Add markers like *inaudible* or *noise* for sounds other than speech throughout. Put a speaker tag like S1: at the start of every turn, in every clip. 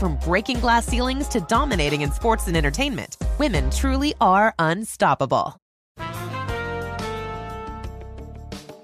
S1: From breaking glass ceilings to dominating in sports and entertainment, women truly are unstoppable.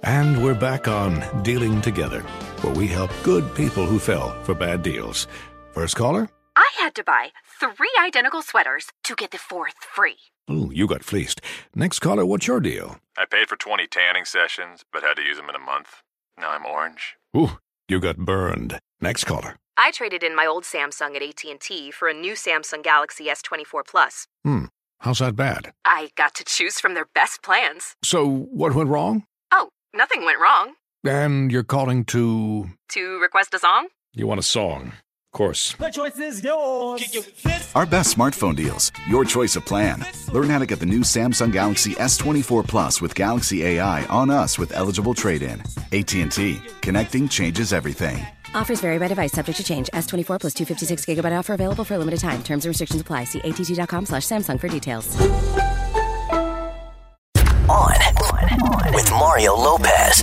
S2: And we're back on Dealing Together, where we help good people who fell for bad deals. First caller?
S3: I had to buy three identical sweaters to get the fourth free.
S2: Ooh, you got fleeced. Next caller, what's your deal?
S4: I paid for 20 tanning sessions, but had to use them in a month. Now I'm orange.
S2: Ooh, you got burned. Next caller.
S5: I traded in my old Samsung at AT&T for a new Samsung Galaxy S24 Plus.
S2: Hmm, how's that bad?
S5: I got to choose from their best plans.
S2: So, what went wrong?
S5: Oh, nothing went wrong.
S2: And you're calling to.
S5: To request a song?
S2: You want a song, of course.
S6: The choice is yours.
S7: Our best smartphone deals. Your choice of plan. Learn how to get the new Samsung Galaxy S24 Plus with Galaxy AI on us with eligible trade-in. AT&T. Connecting changes everything.
S8: Offers vary by device, subject to change. S24 plus 256 gigabyte offer available for a limited time. Terms and restrictions apply. See att.com slash Samsung for details.
S9: On with Mario Lopez.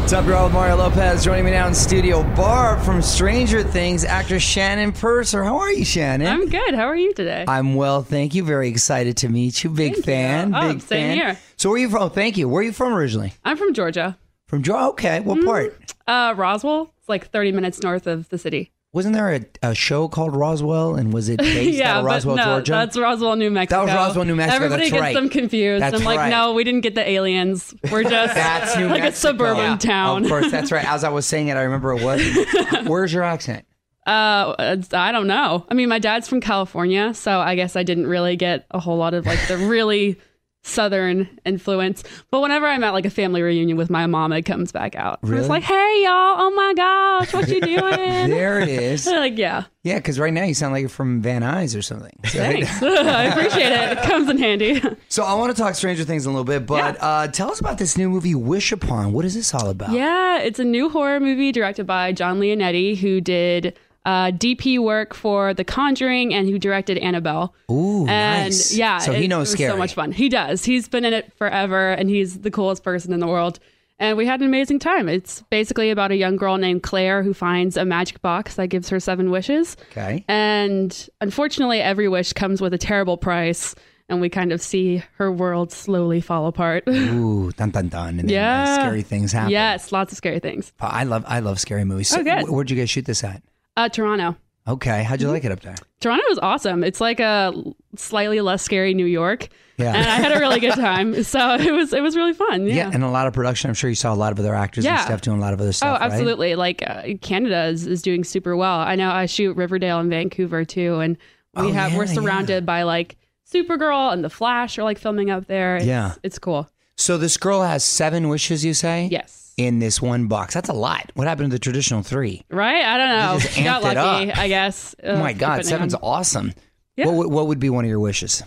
S10: What's up, y'all? Mario Lopez joining me now in studio. Barb from Stranger Things, actress Shannon Purser. How are you, Shannon?
S11: I'm good. How are you today?
S10: I'm well, thank you. Very excited to meet you. Big
S11: Thank you.
S10: fan.
S11: Oh,
S10: big
S11: same
S10: fan.
S11: here.
S10: So where are you from? Oh, thank you. Where are you from originally?
S11: I'm from Georgia.
S10: From Georgia? Oh, Okay. What part?
S11: Uh, Roswell. It's like 30 minutes north of the city.
S10: Wasn't there a, a show called Roswell,
S11: *laughs*
S10: and was it based
S11: yeah,
S10: out of Roswell,
S11: but no,
S10: Georgia?
S11: that's Roswell, New Mexico.
S10: Roswell, New Mexico.
S11: Everybody
S10: That's
S11: gets
S10: right.
S11: them confused.
S10: That's
S11: I'm like,
S10: right.
S11: no, we didn't get the aliens.
S10: *laughs*
S11: We're just
S10: That's New
S11: like a
S10: Mexico.
S11: suburban
S10: Yeah.
S11: town.
S10: Of course, that's right. As I was saying it, I remember it was. Where's your accent?
S11: *laughs* Uh, it's- I don't know. I mean, my dad's from California, so I guess I didn't really get a whole lot of like
S10: *laughs*
S11: the really southern influence. But whenever I'm at like a family reunion with my mom, it comes back out. And
S10: Really?
S11: It's like, hey y'all, oh my gosh, what
S10: *laughs*
S11: you doing?
S10: There it
S11: *laughs*
S10: is.
S11: like, yeah,
S10: Yeah, because right now you sound like you're from Van Nuys or something.
S11: thanks. *laughs* I appreciate it. It comes in
S10: *laughs*
S11: handy.
S10: So I want to talk Stranger Things in a little bit, but uh, tell us about this new movie, Wish Upon. What is this all about?
S11: Yeah, it's a new horror movie directed by John Leonetti, who did uh, DP work for The Conjuring and who directed Annabelle.
S10: Ooh,
S11: and
S10: nice.
S11: yeah,
S10: So he
S11: it
S10: knows
S11: was
S10: scary.
S11: so much fun. He does. He's been in it forever, and he's the coolest person in the world. And we had an amazing time. It's basically about a young girl named Claire who finds a magic box that gives her seven wishes.
S10: Okay.
S11: And unfortunately, every wish comes with a terrible price, and we kind of see her world slowly fall apart. *laughs*
S10: Ooh, dun dun dun, and then uh,
S11: Yeah.
S10: scary things happen.
S11: yes, lots of scary things.
S10: I love I love scary movies.
S11: Oh, good. Mm-hmm.
S10: wh- where'd you guys shoot this at?
S11: Uh, Toronto.
S10: Okay, how'd you like it up there?
S11: Toronto is awesome. It's like a slightly less scary New York,
S10: Yeah.
S11: and I had a really good time.
S10: *laughs*
S11: So it was it was really fun. Um, Yeah.
S10: and a lot of production. I'm sure you saw a lot of other actors and
S11: Yeah.
S10: stuff doing a lot of other
S11: oh,
S10: stuff. right?
S11: absolutely. Like uh, Canada is, is doing super well. I know I shoot Riverdale and Vancouver too, and we
S10: Oh,
S11: have we're
S10: yeah,
S11: surrounded by like Supergirl and The Flash are like filming up there. It's,
S10: Yeah. Eh.
S11: it's cool.
S10: So this girl has seven wishes. You say?
S11: Yes.
S10: In this one box, that's a lot. What happened to the traditional three?
S11: Right? I don't know.
S10: You just
S11: She got
S10: amped it
S11: lucky,
S10: up.
S11: I guess.
S10: oh
S11: Uh,
S10: my God,
S11: depending
S10: seven's
S11: on-
S10: awesome.
S11: Yeah.
S10: What, would- what would be one of your wishes?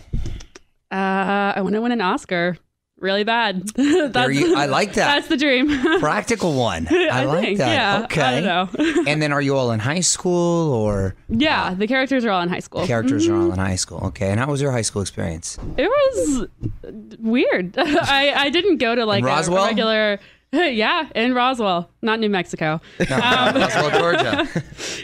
S11: Uh, I want to win an Oscar. really bad. *laughs*
S10: There
S11: that's,
S10: you-
S11: *laughs*
S10: I like that.
S11: That's the dream.
S10: Practical one. I,
S11: *laughs* I
S10: like
S11: think,
S10: that.
S11: yeah. I
S10: okay.
S11: don't
S10: and then are you all in high school or
S11: *laughs* yeah, the characters are all in high school. Mm,
S10: characters are
S11: mm-hmm.
S10: all in high school? Okay. And how was your high school
S11: *laughs*
S10: experience?
S11: It was weird. *laughs* I, I didn't go to like
S10: Roswell?
S11: a regular. *laughs* Yeah, in Roswell, not New Mexico. Um,
S10: Roswell,
S11: *laughs*
S10: Georgia.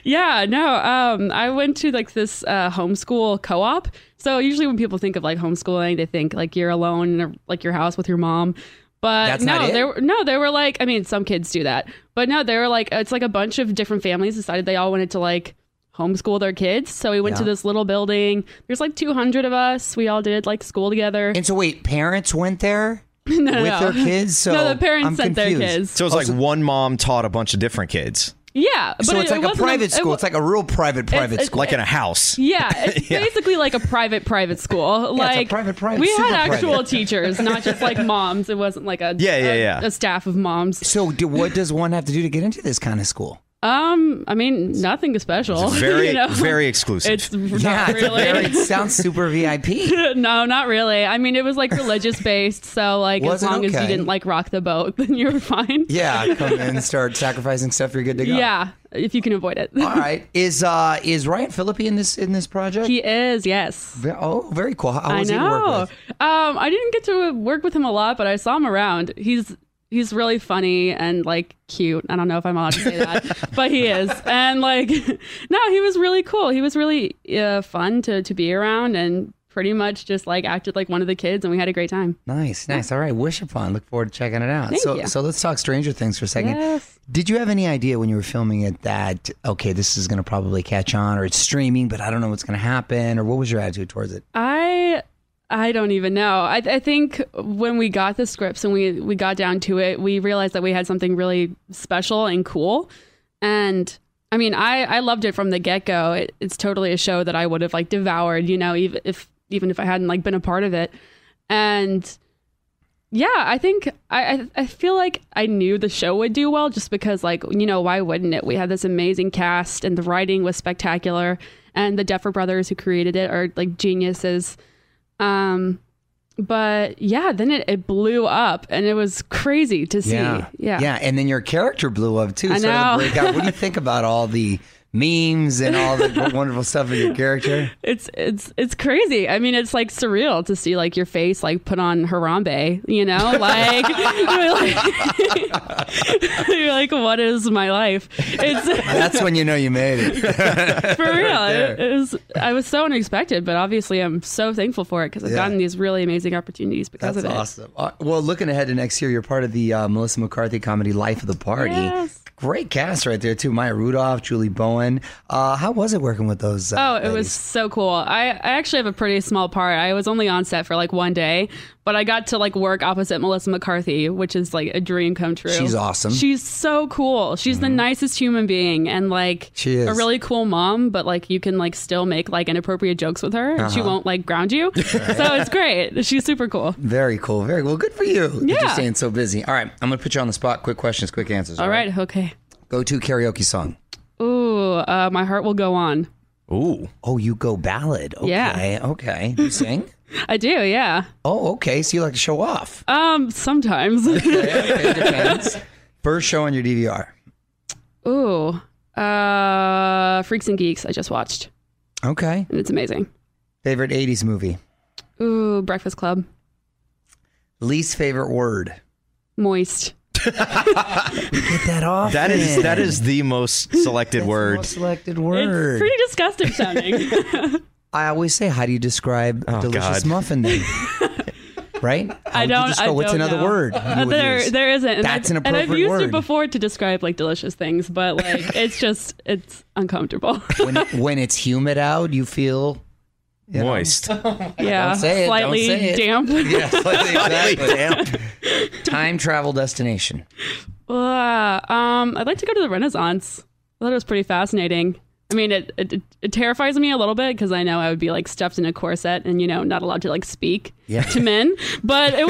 S11: Yeah, no. Um, I went to like this uh, homeschool co-op. So usually when people think of like homeschooling, they think like you're alone in a, like your house with your mom. But
S6: That's
S11: no,
S6: not it?
S11: there were- no, there were like I mean, some kids do that, but no, they were like it's like a bunch of different families decided they all wanted to like homeschool their kids. So we went to
S10: Yeah.
S11: this little building. There's like 200 of us. We all did like school together.
S10: And so wait, parents went there
S11: *laughs* no, no,
S12: with
S11: no.
S12: their
S10: kids? So
S11: no, the parents
S12: I'm
S11: sent their
S12: confused.
S11: kids.
S12: So it's like one mom taught a bunch of different kids.
S11: yeah,
S10: So
S11: but
S10: it's
S11: it- it
S10: like a
S11: wasn't
S10: private
S11: it
S10: school.
S11: wa-
S10: it's like a real private private
S11: it's-
S10: school.
S12: Like in a house.
S10: *laughs*
S11: Yeah, it's
S12: Yeah.
S11: basically like a private private school.
S12: Yeah,
S11: like
S12: it's a private, private-
S11: We
S12: super
S11: had actual
S10: *laughs*
S12: private.
S11: teachers, not just like moms. It wasn't like a
S10: Yeah, yeah,
S11: a-
S10: yeah.
S11: a staff of moms.
S10: So do, what does one have to do to get into this kind of school?
S11: Um, I mean, nothing special. *laughs*
S10: It's very-
S11: you know?
S10: very exclusive.
S11: It's
S10: Yeah,
S11: *laughs* not
S10: it's
S11: really. *laughs*
S10: very- it sounds super VIP.
S11: no, not really. I mean, it was like religious based, so like
S10: Was
S11: as
S10: it
S11: long as
S10: okay?
S11: you didn't like rock the boat, *laughs* then you were fine.
S10: Yeah, come in, start sacrificing stuff. You're good to go.
S11: yeah, if you can avoid it.
S10: All right. Is uh is Ryan Philippi in this in this project?
S11: He is. Yes.
S10: Ve- Oh, very cool. How
S11: I
S10: was he to work
S11: know.
S10: with?
S11: Um, I didn't get to work with him a lot, but I saw him around. He's he's really funny and like cute. I don't know if I'm allowed to say that, but he is. And like, *laughs* no, he was really cool. He was really uh, fun to to be around and pretty much just like acted like one of the kids, and we had a great time.
S10: Nice, nice. All right, Wish Upon. Look forward to checking it out.
S11: Thank
S10: so
S11: you.
S10: so let's talk Stranger Things for a second.
S11: Yes.
S10: Did you have any idea when you were filming it that okay, this is going to probably catch on or it's streaming, but I don't know what's going to happen or what was your attitude towards it?
S11: I I don't even know. I, I think when we got the scripts and we we got down to it, we realized that we had something really special and cool. And I mean, I I loved it from the get go. It, it's totally a show that I would have like devoured. You know, even if even if I hadn't like been a part of it. And yeah, I think I I- I feel like I knew the show would do well just because like you know why wouldn't it? We had this amazing cast and the writing was spectacular and the Duffer brothers who created it are like geniuses. Um, but yeah, then it, it blew up and it was crazy to see.
S10: Yeah.
S11: yeah,
S10: Yeah, and then your character blew up too.
S11: I
S10: sort of
S11: know.
S10: the breakout. What do you think about all the memes and
S11: *laughs*
S10: all the wonderful stuff of your character?
S11: It's it's it's crazy. I mean, it's like surreal to see like your face like put on Harambe. You
S10: *laughs*
S11: know, like *laughs* you're like, *laughs* you're like, what is my life? It's
S10: *laughs* That's when you know you made
S11: *laughs*
S10: it.
S11: for real.
S10: there.
S11: it, it was I was so unexpected, but obviously I'm so thankful for it because I've
S10: Yeah.
S11: gotten these really amazing opportunities because
S10: That's
S11: of it.
S10: awesome. Uh, well, looking ahead to next year, you're part of the uh, Melissa McCarthy comedy Life of the Party.
S11: Yes.
S10: Great cast right there too. Maya Rudolph, Julie Bowen. Uh, how was it working with those? Uh,
S11: Oh, it was so cool. I, I actually have a pretty small part. I was only on set for like one day, but I got to like work opposite Melissa McCarthy, which is like a dream come true.
S10: She's awesome. Mm-hmm.
S11: She's so cool. She's the nicest human being and like
S10: She is.
S11: a really cool mom, but like you can like still make like inappropriate jokes with her and she
S10: Uh-huh.
S11: won't like ground
S10: *laughs*
S11: you. so it's great. She's super cool.
S10: very cool. Very well. Good for you. that You're
S11: Yeah.
S10: staying so busy. All right, I'm gonna put you on the spot. Quick questions, quick answers.
S11: All right, okay.
S10: Go to karaoke song.
S11: Ooh, uh, my heart will go on.
S10: Ooh. Oh, you go ballad. Okay.
S11: Yeah.
S10: Okay. You sing.
S11: I do, yeah.
S10: oh, okay. So you like to show off.
S11: *laughs* Um, sometimes. *laughs*
S10: First show on your DVR.
S11: Ooh. Uh Freaks and Geeks I just watched.
S10: Okay.
S11: And it's amazing.
S10: Favorite '80s movie.
S11: Ooh, Breakfast Club.
S10: Least favorite word.
S11: Moist.
S10: Get that off.
S12: That is that is the most selected word.
S10: selected word.
S11: It's pretty disgusting
S10: *laughs*
S11: sounding. *laughs*
S10: I always say, how do you describe a delicious
S12: God.
S10: muffin then? right? How
S11: I
S10: would you
S11: don't
S10: describe-
S11: I
S10: what's
S11: don't
S10: another
S11: know. *laughs*
S10: word? you
S11: Uh,
S10: would
S11: there
S10: use?
S11: there isn't. And I've,
S10: That's an appropriate
S11: And I've used
S10: word.
S11: it before to describe like delicious things, but
S10: *laughs*
S11: like it's just it's uncomfortable.
S10: when, when it's humid out, you feel *laughs*
S11: *laughs*
S10: moist.
S11: yeah.
S10: Don't say it, don't
S11: slightly
S10: say it.
S11: damp. *laughs*
S10: Yeah, slightly, exactly. Time travel destination.
S11: Uh, um, I'd like to go to the Renaissance. I thought it was pretty fascinating. I mean, it it, it terrifies me a little bit because I know I would be like stuffed in a corset and you know not allowed to like speak
S6: Yeah.
S11: to men. But it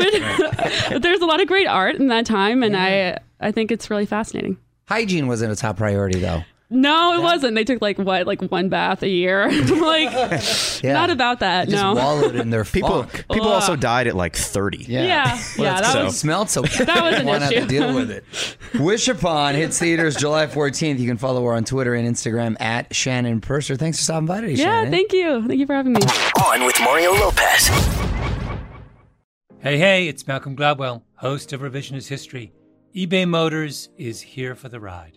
S11: *laughs* would. there's a lot of great art in that time, and I I think it's really fascinating.
S10: Hygiene wasn't a top priority though.
S11: No, it wasn't. They took like what, like one bath a year. *laughs* like, not about that. no.
S10: in their
S12: people.
S10: funk.
S12: People
S11: Ugh.
S12: also died at like thirty.
S11: Yeah. Yeah. Yeah, that
S10: it
S11: was-
S10: smelled so
S11: *laughs*
S10: bad.
S11: that was an
S10: Why not
S11: issue.
S10: deal with
S11: *laughs*
S10: it? Wish Upon hits theaters July 14th. You can follow her on Twitter and Instagram at Shannon Purser. Thanks for stopping by today,
S11: yeah.
S10: Shannon.
S11: Thank you. Thank you for having me.
S9: On with Mario Lopez.
S6: Hey, hey, it's Malcolm Gladwell, host of Revisionist History. eBay Motors is here for the ride.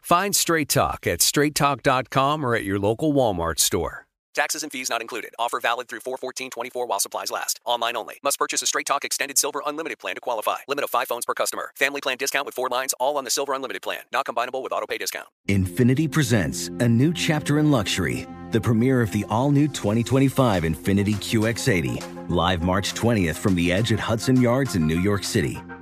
S13: Find Straight Talk at straighttalk.com or at your local Walmart store.
S14: Taxes and fees not included. Offer valid through 41424 while supplies last. Online only. Must purchase a Straight Talk Extended Silver Unlimited plan to qualify. Limit of five phones per customer. Family plan discount with four lines, all on the Silver Unlimited plan. Not combinable with auto pay discount.
S15: Infinity presents a new chapter in luxury, the premiere of the all new 2025 Infinity QX80, live March 20th from the edge at Hudson Yards in New York City,